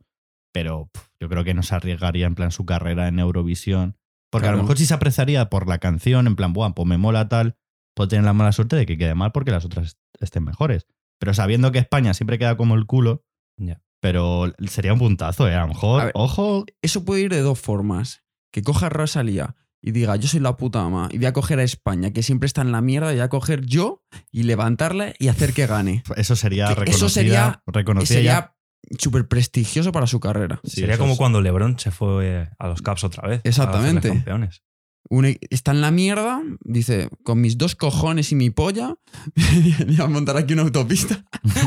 Pero pf, yo creo que no se arriesgaría en plan su carrera en Eurovisión, porque a
Claro.
lo mejor sí se apreciaría por la canción, en plan, buah, pues me mola tal, puedo tener la mala suerte de que quede mal porque las otras est- estén mejores. Pero sabiendo que España siempre queda como el culo,
Ya.
pero sería un puntazo, ¿eh? A lo mejor,
A ver,
ojo,
Eso puede ir de dos formas. Que coja a Rosalía y diga, yo soy la puta ama y voy a coger a España, que siempre está en la mierda, y voy a coger yo y levantarla y hacer que gane.
eso sería
que
reconocida,
eso sería-
reconocida ya.
sería súper prestigioso para su carrera.
Sí,
Sería
eso
como
es-
cuando LeBron se fue eh, a los Caps otra vez. a
Exactamente.
hacerles campeones.
Un e- está en la mierda, dice, con mis dos cojones y mi polla, voy a montar aquí una autopista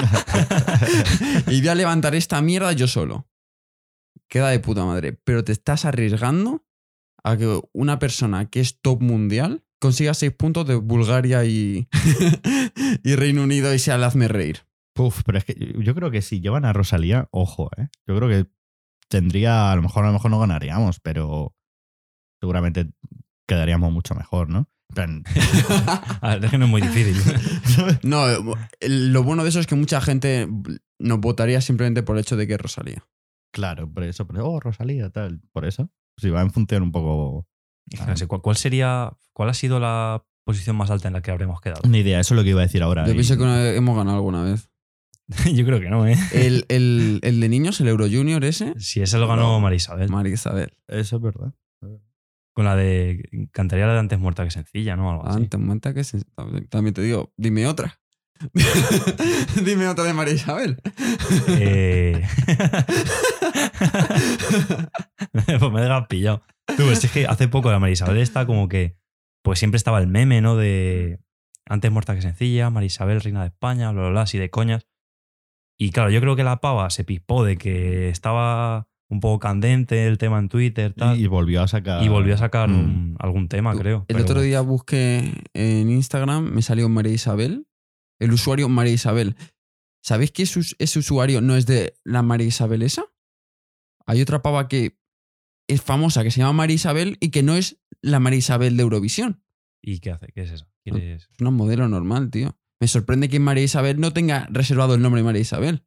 y voy a levantar esta mierda yo solo. Queda de puta madre. Pero te estás arriesgando a que una persona que es top mundial consiga seis puntos de Bulgaria y, y Reino Unido y sea el hazme reír.
Puf, pero es que yo yo creo que si llevan a Rosalía, ojo, ¿eh? Yo creo que tendría, a lo mejor, a lo mejor no ganaríamos, pero seguramente quedaríamos mucho mejor, ¿no? En plan,
A ver, es que no es muy difícil.
No, eh, lo bueno de eso es que mucha gente nos votaría simplemente por el hecho de que es Rosalía.
claro, por eso, pero, oh, Rosalía, tal, por eso. Si va en función un poco...
Es que no sé, ¿cuál, cuál sería, ¿Cuál ha sido la posición más alta en la que habremos quedado?
Ni idea, eso es lo que iba a decir ahora.
Yo
y-
pienso que una vez- hemos ganado alguna vez.
Yo creo que no, ¿eh?
El, el- el de niños, el Euro Junior ese.
Si ese lo ganó
No.
María Isabel.
María Isabel.
Eso es verdad.
Con la de. Cantaría la de antes muerta que sencilla, ¿no? Algo así.
Antes, monta que se- También te digo, dime otra. dime otra de María Isabel.
Eh, pues me dejas pillado. Tú, pues es que hace poco la Marisabel está como que. Pues siempre estaba el meme, ¿no? De. Antes muerta que sencilla, Marisabel, reina de España, bla, bla, bla, así de coñas. Y claro, yo creo que la pava se pispó de que estaba un poco candente el tema en Twitter, tal.
Y
Y,
volvió a sacar...
volvió a sacar
Mm.
un- algún tema, creo.
El
pero-
otro día busqué en Instagram, me salió María Isabel. El usuario María Isabel. ¿Sabéis que ese, us- ese usuario no es de la María Isabel esa? Hay otra pava que es famosa, que se llama María Isabel y que no es la María Isabel de Eurovisión.
¿Y qué hace? ¿Qué es eso? ¿Quieres.?
Es una modelo normal, tío. Me sorprende que María Isabel no tenga reservado el nombre María Isabel.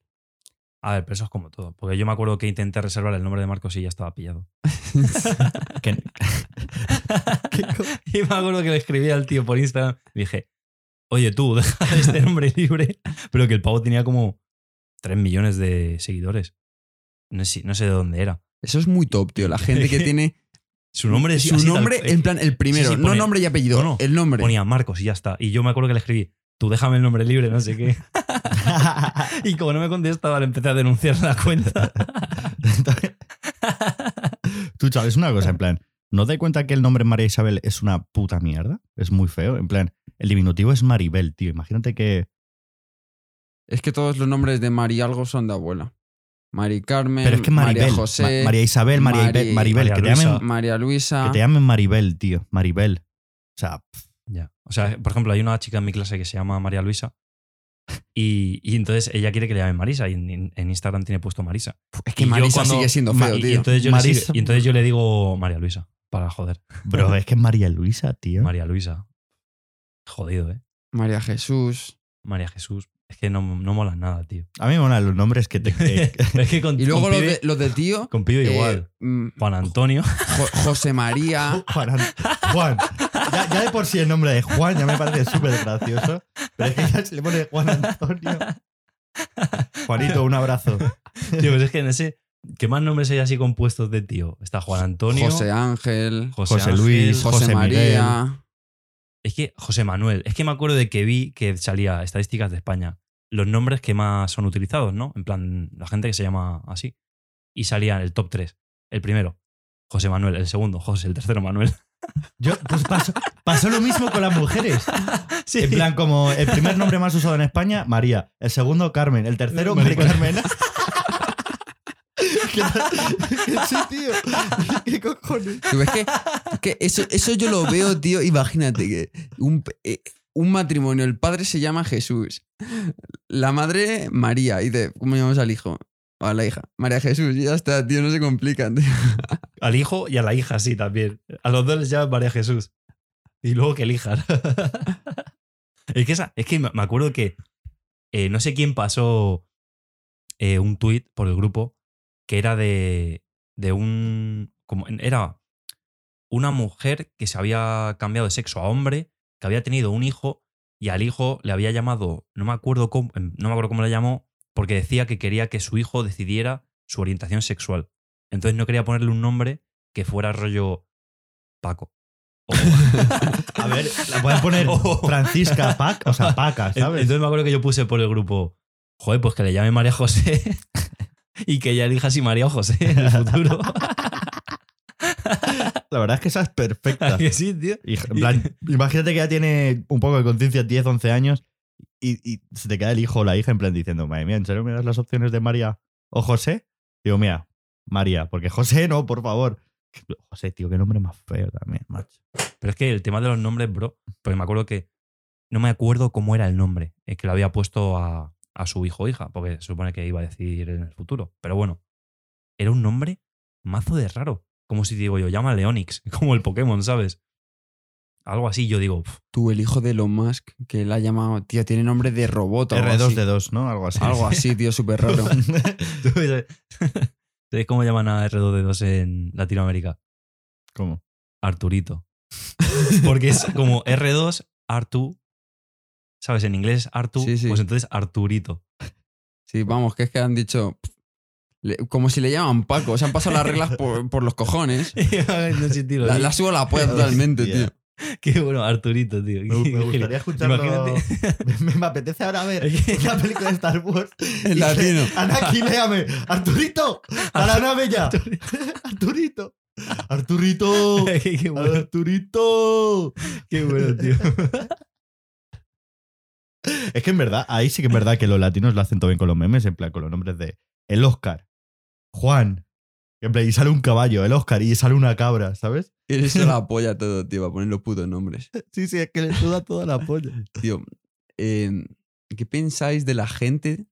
A ver, pero eso es como todo. Porque yo me acuerdo que intenté reservar el nombre de Marcos y ya estaba pillado.
Que-
y me acuerdo que le escribí al tío por Instagram. Le dije, oye tú, deja este nombre libre. Pero que el pavo tenía como 3 millones de seguidores. No sé, no sé de dónde era.
Eso es muy top, tío. La gente que tiene
Su nombre es
Su
así, tal-
nombre,
eh,
en plan, el primero.
sí,
no
pone-
nombre y apellido,
no, no,
el nombre.
Ponía Marcos y ya está. Y yo me acuerdo que le escribí, tú déjame el nombre libre, no sé qué. Y como no me contestaba, le empecé a denunciar la cuenta.
Tú, chaval, es una cosa, en plan, ¿no te das cuenta que el nombre María Isabel es una puta mierda? Es muy feo. En plan, el diminutivo es Maribel, tío. Imagínate que.
Es que todos los nombres de Mari algo son de abuela. Mari Carmen,
Pero es que Maribel.
María
Ma-
José,
María Isabel, María
Mari- Ah.
Ibe- Maribel,
María
que, te
Luisa.
llamen,
María Luisa.
que te llamen Maribel, tío. Maribel. O sea,
Ya. O sea, por ejemplo, hay una chica en mi clase que se llama María Luisa. Y, y entonces ella quiere que le llamen Marisa. Y en, en Instagram tiene puesto Marisa.
Es que
Y yo
Marisa
cuando-
sigue siendo
Ma-
feo,
y- Y
tío.
entonces, yo le
Marisa-
sigo- y entonces yo le digo María Luisa, para joder.
bro, es que es María Luisa,
¿Eh?
tío.
María Luisa. Jodido, ¿eh?
María Jesús.
María Jesús. Es que no, no mola nada, tío. Eh,
A mí me molan los nombres que te. que-
es que con,
Y luego
con
los
pibe-
de, los de tío.
con pibe
eh,
igual.
mm,
Juan Antonio.
Jo- José María.
Juan. Juan. Ya, ya de por sí el nombre de Juan ya me parece súper gracioso. Pero es que ya se le pone Juan Antonio. Juanito, un abrazo.
Tío, pues es que en ese. ¿Qué más nombres hay así compuestos de tío? Está Juan Antonio.
José Ángel.
José,
José
Ángel,
Luis,
José,
José
María.
Es que José Manuel, es que me acuerdo de que vi que salía estadísticas de España, los nombres que más son utilizados, ¿no? En plan, la gente que se llama así. Y salía en el top 3. El primero, José Manuel. El segundo, José. El tercero, Manuel.
Yo, pues pasó, pasó lo mismo con las mujeres.
Sí.
En plan, como el primer nombre más usado en España, María. El segundo, Carmen. El tercero, María Carmen. ¿Qué, qué sí, tío? ¿Qué cojones?
Tú ves que, que eso, eso yo lo veo, tío. Imagínate que un, eh, un matrimonio, el padre se llama Jesús, la madre María. Y dice, ¿cómo llamamos al hijo? O a la hija. María Jesús, y ya está, tío, no se complican, tío.
Al hijo y a la hija, sí, también. A los dos les llaman María Jesús. Y luego que elijan. es, que esa- es que me me acuerdo que eh, no sé quién pasó eh, un tuit por el grupo que era de, de un... Como, era una mujer que se había cambiado de sexo a hombre, que había tenido un hijo y al hijo le había llamado, no me acuerdo cómo, em, no me acuerdo cómo le llamó, porque decía que quería que su hijo decidiera su orientación sexual. Entonces no quería ponerle un nombre que fuera rollo Paco. O-
A ver, Oh. le pueden poner Francisca Pac, o sea, Paca, ¿sabes?
Entonces me acuerdo que yo puse por el grupo, joder, pues que le llame María José y que ella elija si María o José en el futuro.
La verdad es que esa es perfecta.
Que sí, tío.
Y, en plan, imagínate que ya tiene un poco de conciencia, 10, 11 años, y, y se te queda el hijo o la hija en plan diciendo, madre mía, ¿en serio me das las opciones de María o José? Digo, mira, María, porque José no, por favor. José, tío, qué nombre más feo también, macho.
Pero es que el tema de los nombres, bro, porque me acuerdo que no me acuerdo cómo era el nombre eh, que le había puesto a, a su hijo o hija, porque se supone que iba a decir en el futuro. Pero bueno, era un nombre mazo de raro. Como si digo yo, llama Leonix, como el Pokémon, ¿sabes? Algo así, yo digo, "Pf,
Tú, el hijo de Elon Musk, que la ha llamado, tío, tiene nombre de robot o algo así.
R2D2, ¿no? Algo así.
Algo así, tío, súper raro.
Tú ves- ¿Sabéis cómo llaman a R2D2 en Latinoamérica?
¿Cómo?
Arturito. Porque es como R2, Artu. ¿Sabes? En inglés Artu.
Sí, sí.
Pues entonces Arturito.
Sí, vamos, que es que han dicho. pff, le- como si le llaman Paco, se han pasado las reglas por, por los cojones.
no sé, tío,
La, la subo a la polla totalmente,
Hostia.
tío.
Qué bueno, Arturito, tío.
Me, me gustaría escucharlo. Me, me apetece ahora ver la película de Star Wars.
En latino.
Anaki, léame. Arturito, a la nave ya. Arturito. Arturito.
qué, bueno,
Arturito.
qué bueno, tío.
Es que en verdad, ahí sí que es verdad que los latinos lo hacen todo bien con los memes, en plan, con los nombres de el Oscar, Juan, en plan, y sale un caballo, el Oscar, y sale una cabra, ¿sabes?
Y eso la polla todo, tío, para poner los putos nombres.
Sí, sí, es que le suda toda la polla.
Tío, eh, ¿qué pensáis de la gente?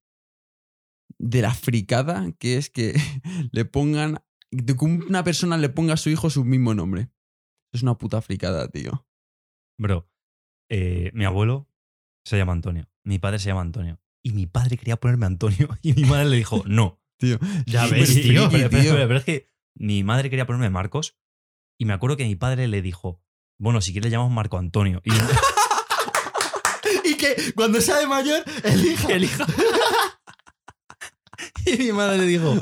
De la fricada que es que le pongan. De que una persona le ponga a su hijo su mismo nombre. Es una puta fricada, tío.
Bro, eh, mi abuelo se llama Antonio. Mi padre se llama Antonio. Y mi padre quería ponerme Antonio. Y mi madre le dijo, no.
Ya
Sí,
ves,
pero- friki,
Pero,
tío.
pero-
tío.
pero- pero es que mi madre quería ponerme Marcos y me acuerdo que mi padre le dijo, bueno, si quieres le llamamos Marco Antonio. Y
Y que cuando sea de mayor, elija.
elija. y mi madre le dijo,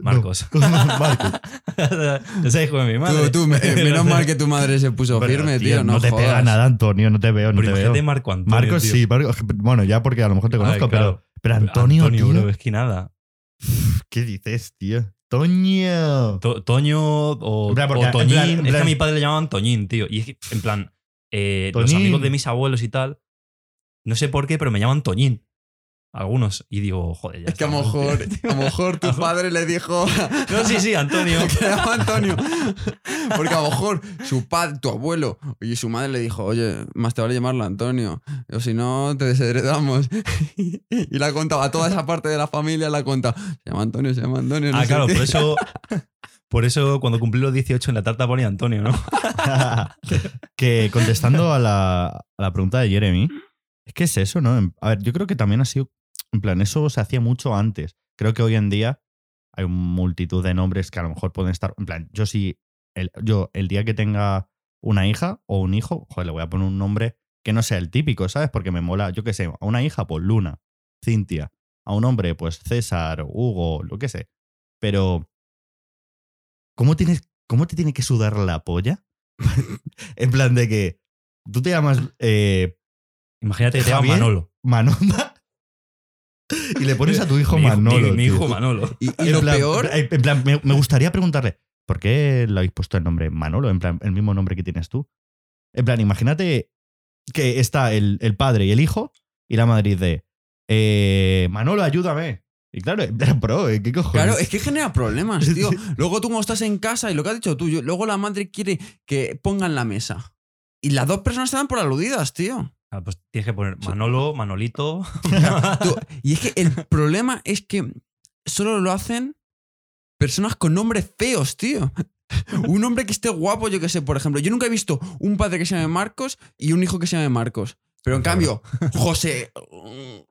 Marcos.
No, con Marcos.
Ese hijo de mi madre.
Tú, tú, me- menos mal que tu madre se puso
Pero,
firme, tío. no,
te
jodas.
pega nada, Antonio, no te veo, no
Pero
te veo.
imagínate Marco Antonio.
Marcos
tío.
sí, Marcos- bueno, ya porque a lo mejor te
Ay,
conozco,
claro.
pero, pero Antonio, tío,
bro, es que nada.
¿qué dices, tío? Toño.
To- Toño o,
En plan, porque-
o
en
Toñín.
plan- en
es que a
plan-
mi padre le llamaban Toñín, tío. Y es que, en plan, eh, los
Toñín.
amigos de mis abuelos y tal, no sé por qué, pero me llaman Toñín. Algunos. Y digo, joder, ya
Es que a
está,
lo
tío.
mejor, a lo mejor tu padre le dijo
No, sí, sí, Antonio. Ah,
que era Antonio. Porque a lo mejor su padre, tu abuelo y su madre le dijo, oye, más te vale llamarlo Antonio. O si no, te desheredamos. Y la contaba a toda esa parte de la familia, la contaba. Se llama Antonio, se llama Antonio. no
ah,
sé
claro,
qué.
por eso. Por eso cuando cumplí los 18 en la tarta ponía Antonio, ¿no?
que contestando a la, a la pregunta de Jeremy, es que es eso, ¿no? En- A ver, yo creo que también ha sido, en plan, eso se hacía mucho antes. Creo que hoy en día hay multitud de nombres que a lo mejor pueden estar, en plan, yo sí, el, yo el día que tenga una hija o un hijo, joder, le voy a poner un nombre que no sea el típico, ¿sabes? Porque me mola, yo qué sé, a una hija, pues Luna, Cintia, a un hombre, pues César, Hugo, lo que sé. Pero, ¿cómo, tienes, ¿cómo te tiene que sudar la polla? en plan de que tú te llamas eh,
Imagínate que te llaman
Javier.
Manolo.
Manonda y le pones a tu hijo
Mi
Manolo.
Mi, mi
tío.
hijo Manolo.
Y, y
En
lo
plan,
peor,
eh, en plan, me, me gustaría preguntarle, ¿por qué le habéis puesto el nombre Manolo? En plan, el mismo nombre que tienes tú. En plan, imagínate que está el, el padre y el hijo y la madre dice, eh, Manolo, ayúdame. Y claro, en plan, bro, ¿eh? ¿qué cojones?
Claro, es que genera problemas, tío.
Sí.
Luego tú cuando estás en casa y lo que has dicho tú, yo- luego la madre quiere que pongan la mesa. Y las dos personas están por aludidas, tío.
Ah, pues tienes que poner Manolo, Manolito.
Tú- y es que el problema es que solo lo hacen personas con nombres feos, tío. Un hombre que esté guapo, yo que sé, por ejemplo. Yo nunca he visto un padre que se llame Marcos y un hijo que se llame Marcos. Pero en
Claro.
cambio, José.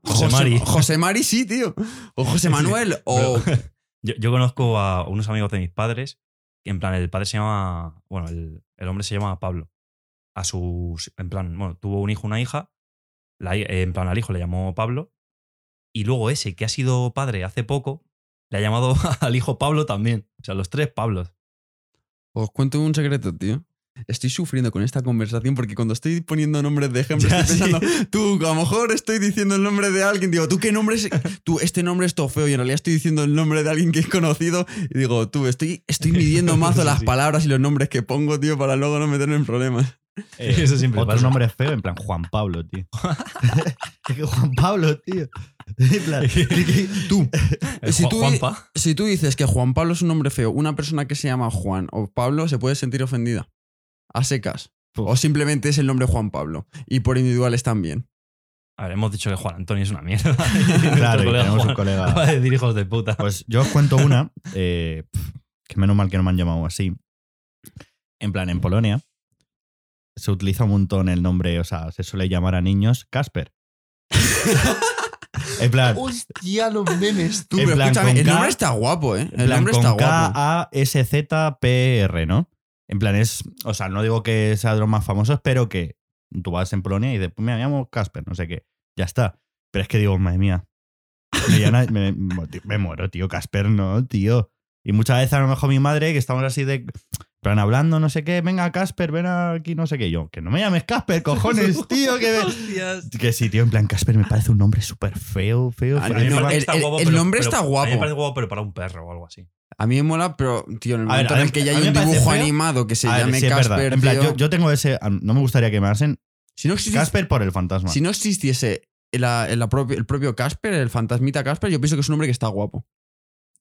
José
Mari.
José Mari, sí, tío. O José
Sí.
Manuel. O.
Pero- yo, yo conozco a unos amigos de mis padres. que En plan, el padre se llama. Bueno, el, el hombre se llama Pablo. A sus. En plan, bueno, tuvo un hijo, una hija. la hi- eh, en plan, al hijo le llamó Pablo. Y luego ese, que ha sido padre hace poco, le ha llamado al hijo Pablo también. O sea, los tres Pablos.
Os cuento un secreto, tío. Estoy sufriendo con esta conversación porque cuando estoy poniendo nombres de ejemplo,
Ya,
estoy
sí.
pensando, tú, a lo mejor estoy diciendo el nombre de alguien, digo, tú, ¿qué nombre es? Tú, este nombre es todo feo y en realidad estoy diciendo el nombre de alguien que es conocido y digo, tú, estoy, estoy midiendo mazo
Sí,
las
sí.
palabras y los nombres que pongo, tío, para luego no meterme en problemas.
Eh,
Eso siempre
Otro
pasa.
nombre feo, en plan Juan Pablo, tío. Es que Juan Pablo, tío. En plan,
Tú,
El
Eh, Si
Ju-
tú-
Juanpa.
si tú dices que Juan Pablo es un nombre feo, una persona que se llama Juan o Pablo se puede sentir ofendida. A secas.
Puf.
O simplemente es el nombre Juan Pablo. Y por individuales también.
A ver, hemos dicho que Juan Antonio es una mierda. Nuestro
Claro, y
colega
tenemos un
Juan
Ah.
colega.
Va a decir hijos de puta.
Pues yo os cuento una, eh, pf, que menos mal que no me han llamado así. En plan, en Polonia se utiliza un montón el nombre, o sea, se suele llamar a niños Casper. en plan,
Hostia, los memes. Tú,
En
pero
plan,
escúchame,
con
el
K-
nombre está guapo, ¿eh?
en
El
plan
nombre
con
está guapo.
K-A-S-Z-P-R, ¿no? En plan, es, o sea, no digo que sea de los más famosos, pero que tú vas en Polonia y después me llamo Casper, no sé qué, ya está. Pero es que digo, madre mía, me, llama- me- me muero, tío, Casper, no, tío. Y muchas veces a lo mejor mi madre, que estamos así de. en plan, hablando, no sé qué, venga, Casper, ven aquí, no sé qué. Y Yo, que no me llames Casper, cojones, tío, que. me-
Hostias.
Que sí, tío, en plan, Casper me parece un nombre súper feo, feo.
Ah,
feo.
no, no,
A mí me-
el- el- el nombre está
A mí me
guapo.
parece guapo, pero para un perro o algo así.
A mí me mola, pero, tío, en el
A ver,
momento
a
en
mí-
el que ya
a
hay
mí
un
me parece
dibujo
feo.
animado que se
A ver,
llame
sí, es verdad.
Casper,
En plan,
tío.
yo, yo tengo ese. ah, No me gustaría que me hacen
si, no existiese,
Casper por el fantasma.
si no existiese la- la propia- el propio Casper, el fantasmita Casper, yo pienso que es un nombre que está guapo.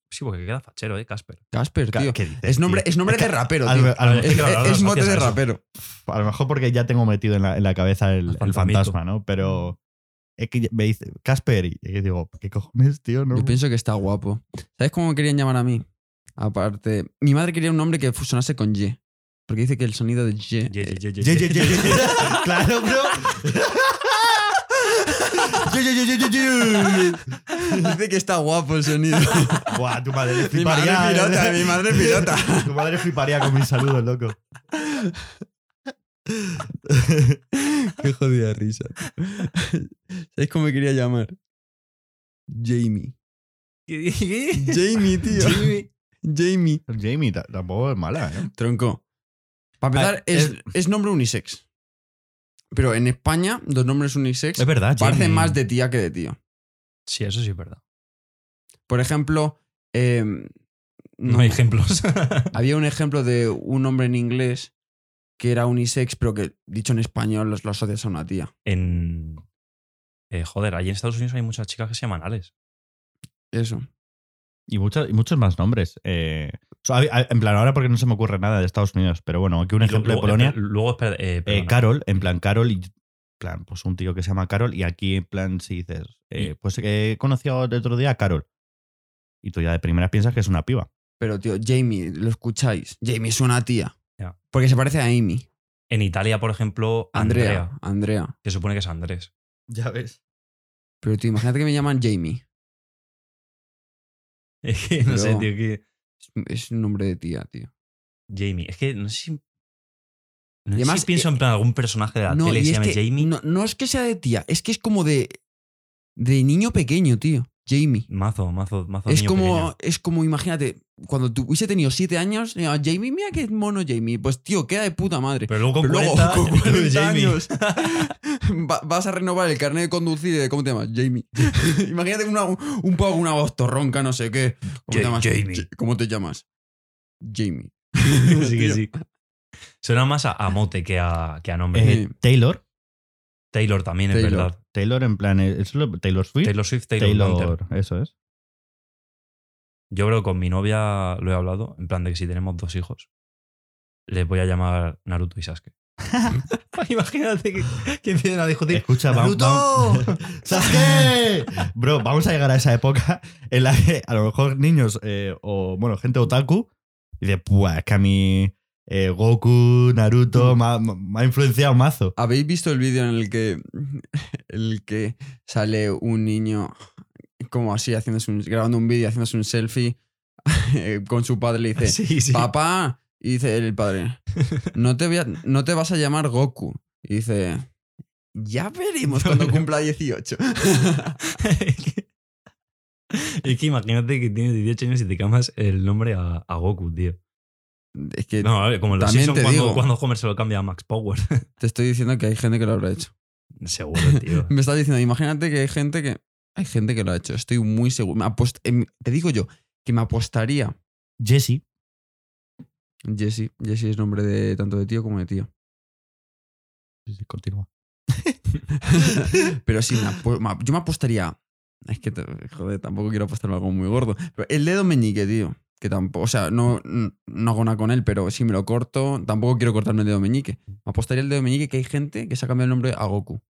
Sí, porque queda fachero, ¿eh? Casper.
Casper,
Ca-
tío.
¿qué dices,
Es nombre,
tío?
es nombre
Es que
de rapero,
a lo-
tío.
a lo-
Es,
claro,
es-
ahora
es mote
asocias
de
a eso.
rapero.
a lo mejor porque ya tengo metido en la, en la cabeza
El
el, el
fantasmito.
fantasma, ¿no? Pero es que me dice Casper y y digo, ¿qué cojones, tío? No.
Yo pienso que está guapo. ¿Sabes cómo me querían llamar a mí? Aparte, mi madre quería un nombre que sonase con Y. Porque dice que el sonido de Y.
Ye, ye, ye, ye,
Ye,
ye.
ye, ye, ye, ye. claro, bro. Ye, ye, ye, ye, ye, ye.
Dice que está guapo el sonido.
Buah, tu madre
Mi madre
fliparía. ¿eh?
pirata, mi madre pirata.
Tu madre fliparía con mis saludos, loco.
Qué jodida risa. ¿Sabéis cómo me quería llamar? Jamie.
¿Qué?
Jamie, tío. Jamie.
Jamie ta- tampoco es mala, ¿eh?
Tronco. Para empezar,
Ah,
es,
es-
es nombre unisex. Pero en España, los nombres unisex
Es verdad, Jamie.
parecen más de tía que de tío.
Sí, eso sí es verdad.
Por ejemplo, eh,
No hay ejemplos.
había un ejemplo de un hombre en inglés que era unisex, pero que dicho en español los- lo asocias a una tía.
en. eh, joder, allí en Estados Unidos hay muchas chicas que se llaman Alex.
Eso.
Y, muchas, y muchos más nombres. eh. O sea, hay- hay- en plan, ahora porque no se me ocurre nada de Estados Unidos, pero bueno, aquí un
Y
ejemplo
luego-
de Polonia.
eh, Luego, espera, eh,
Eh,
perdona.
Carol, en plan Carol, y en plan, pues un tío que se llama Carol, y aquí en plan si dices, eh, pues que he conocido el otro día a Carol. Y tú ya de primeras piensas que es una piba.
Pero, tío, Jamie, lo escucháis. Jamie es una tía.
Ya.
Porque se parece a Amy.
En Italia, por ejemplo, Andrea,
Andrea. Andrea.
que supone que es Andrés.
Ya ves.
Pero, tío, imagínate que me llaman Jamie.
Es que, no
Pero-
sé, tío, que.
Es un nombre de tía, tío.
Jamie. Es que no sé si. No
Y
sé
además,
si pienso en plan algún personaje de la tele que
y
se
es
llame
que
Jamie.
No, no es que sea de tía, es que es como de. de niño pequeño, tío. Jamie.
Mazo, mazo, mazo.
Es
niño
como,
pequeño.
es como, imagínate, cuando tú hubiese tenido siete años, eh, Jamie, mira qué mono Jamie. Pues tío, queda de puta madre.
Pero luego con
Pero luego,
40,
con
el nombre de
40
Jamie.
años, va- vas a renovar el carnet de conducir y de, ¿cómo te llamas? Jamie. imagínate una- un poco una voz torronca, no sé qué. ¿Cómo te
Ja-
llamas?
Jamie.
Ja- ¿Cómo te llamas? Jamie.
sí, que
Tío.
sí. Suena más a, a mote que a, que a nombre.
Eh,
Taylor,
Taylor también, es
Taylor.
verdad.
Taylor en plan, eh, ¿es lo- Taylor Swift?
Taylor Swift, Taylor,
Taylor,
Gunter.
eso es.
Yo creo que con mi novia lo he hablado, en plan de que si tenemos dos hijos, les voy a llamar Naruto y Sasuke. Imagínate que, que empiecen a discutir.
Escucha, vamos.
¡Naruto!
¡Sasuke! Bro, vamos a llegar a esa época en la que a lo mejor niños eh, o, bueno, gente otaku dice, pues que a mí eh, Goku,
Mm.
Naruto, me ha- me ha influenciado mazo.
¿Habéis visto el vídeo en el que, el que sale un niño como así, haciéndose un- grabando un vídeo, haciéndose un selfie eh, con su padre? Le dice,
Sí, sí.
papá, y dice el padre, no te, voy a- no te vas a llamar Goku. Y dice, ya veremos cuando cumpla 18.
es que imagínate que tienes 18 años y te cambias el nombre a, a Goku, tío.
Es que
No, a ver, como en los
También
Simpsons
te
cuando,
digo.
cuando Homer se lo cambia a Max Power.
te estoy diciendo que hay gente que lo habrá hecho.
Seguro, tío.
Me estás diciendo, imagínate que hay gente que... Hay gente que lo ha hecho, estoy muy seguro. Me apost- em, te digo yo que me apostaría
Jesse.
Jesse. Jesse es nombre de tanto de tío como de tío.
continúa.
Pero sí, me apu- me ap- yo me apostaría. Es que, te- joder, tampoco quiero apostarme a algo muy gordo. Pero el dedo meñique, tío. Que tampoco, o sea, no, no hago nada con él, pero si me lo corto, tampoco quiero cortarme el dedo meñique. Me apostaría el dedo meñique que hay gente que se ha cambiado el nombre a Goku.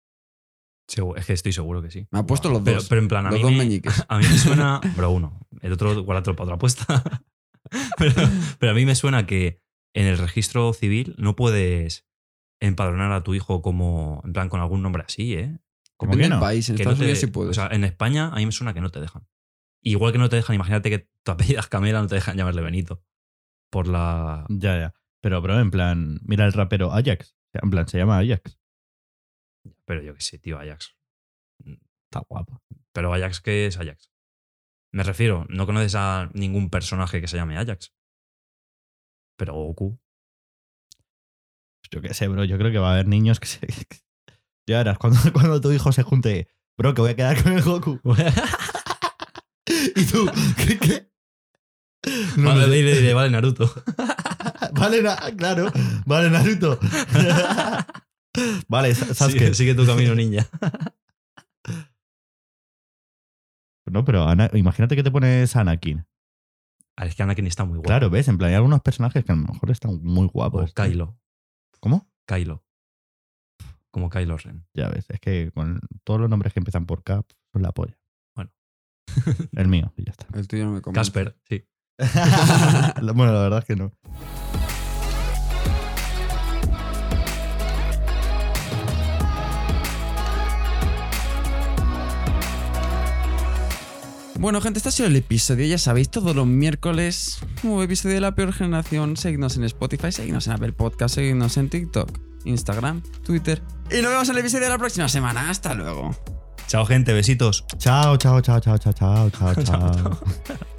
Segu- es que estoy seguro que sí.
Me ha puesto los
Pero,
dos.
pero en plan, a
los
mí
dos
me-
meñiques.
A mí me suena. Bro, uno. El otro, igual otro para otra apuesta. pero, pero a mí me suena que en el registro civil no puedes empadronar a tu hijo como. En plan, con algún nombre así, ¿eh?
¿Cómo
Depende
que no?
del país. En
Que no
Estados
te-
Unidos sí puedes.
O sea, en España a mí me suena que no te dejan. Igual que no te dejan, imagínate que tu apellidas Camela, no te dejan llamarle Benito. Por la.
Ya, ya. Pero, bro, en plan, mira el rapero Ajax. En plan, se llama Ajax.
Pero yo qué sé, tío, Ajax.
Está guapo.
Pero Ajax, ¿qué es Ajax? Me refiero, no conoces a ningún personaje que se llame Ajax. Pero Goku.
Pues Yo qué sé, bro. Yo creo que va a haber niños que se. Ya verás, cuando, cuando tu hijo se junte, bro, que voy a quedar con el Goku. y tú, ¿qué? qué? No,
vale,
no sé.
dile, dile, vale, Naruto.
Vale, na- claro. Vale, Naruto. vale, Sa- Sasuke.
Sigue, sigue tu camino, ninja.
No, pero Ana- imagínate que te pones Anakin.
Ah, Es que Anakin está muy guapo.
Claro, ves, en plan, hay algunos personajes que a lo mejor están muy guapos.
O Pues Kylo.
¿Cómo?
Kylo. Como Kylo Ren.
Ya ves, es que con todos los nombres que empiezan por Cap son la polla.
Bueno.
El mío, y ya está.
el tuyo no me convence.
Casper, sí.
bueno, la verdad es que no.
Bueno, gente, este ha sido el episodio. Ya sabéis, todos los miércoles, nuevo episodio de La Peor Generación. Seguidnos en Spotify, seguidnos en Apple Podcast, seguidnos en TikTok, Instagram, Twitter. Y nos vemos en el episodio de la próxima semana. Hasta luego.
Chao, gente. Besitos.
Chao, chao, chao, chao, chao, chao, chao, chao.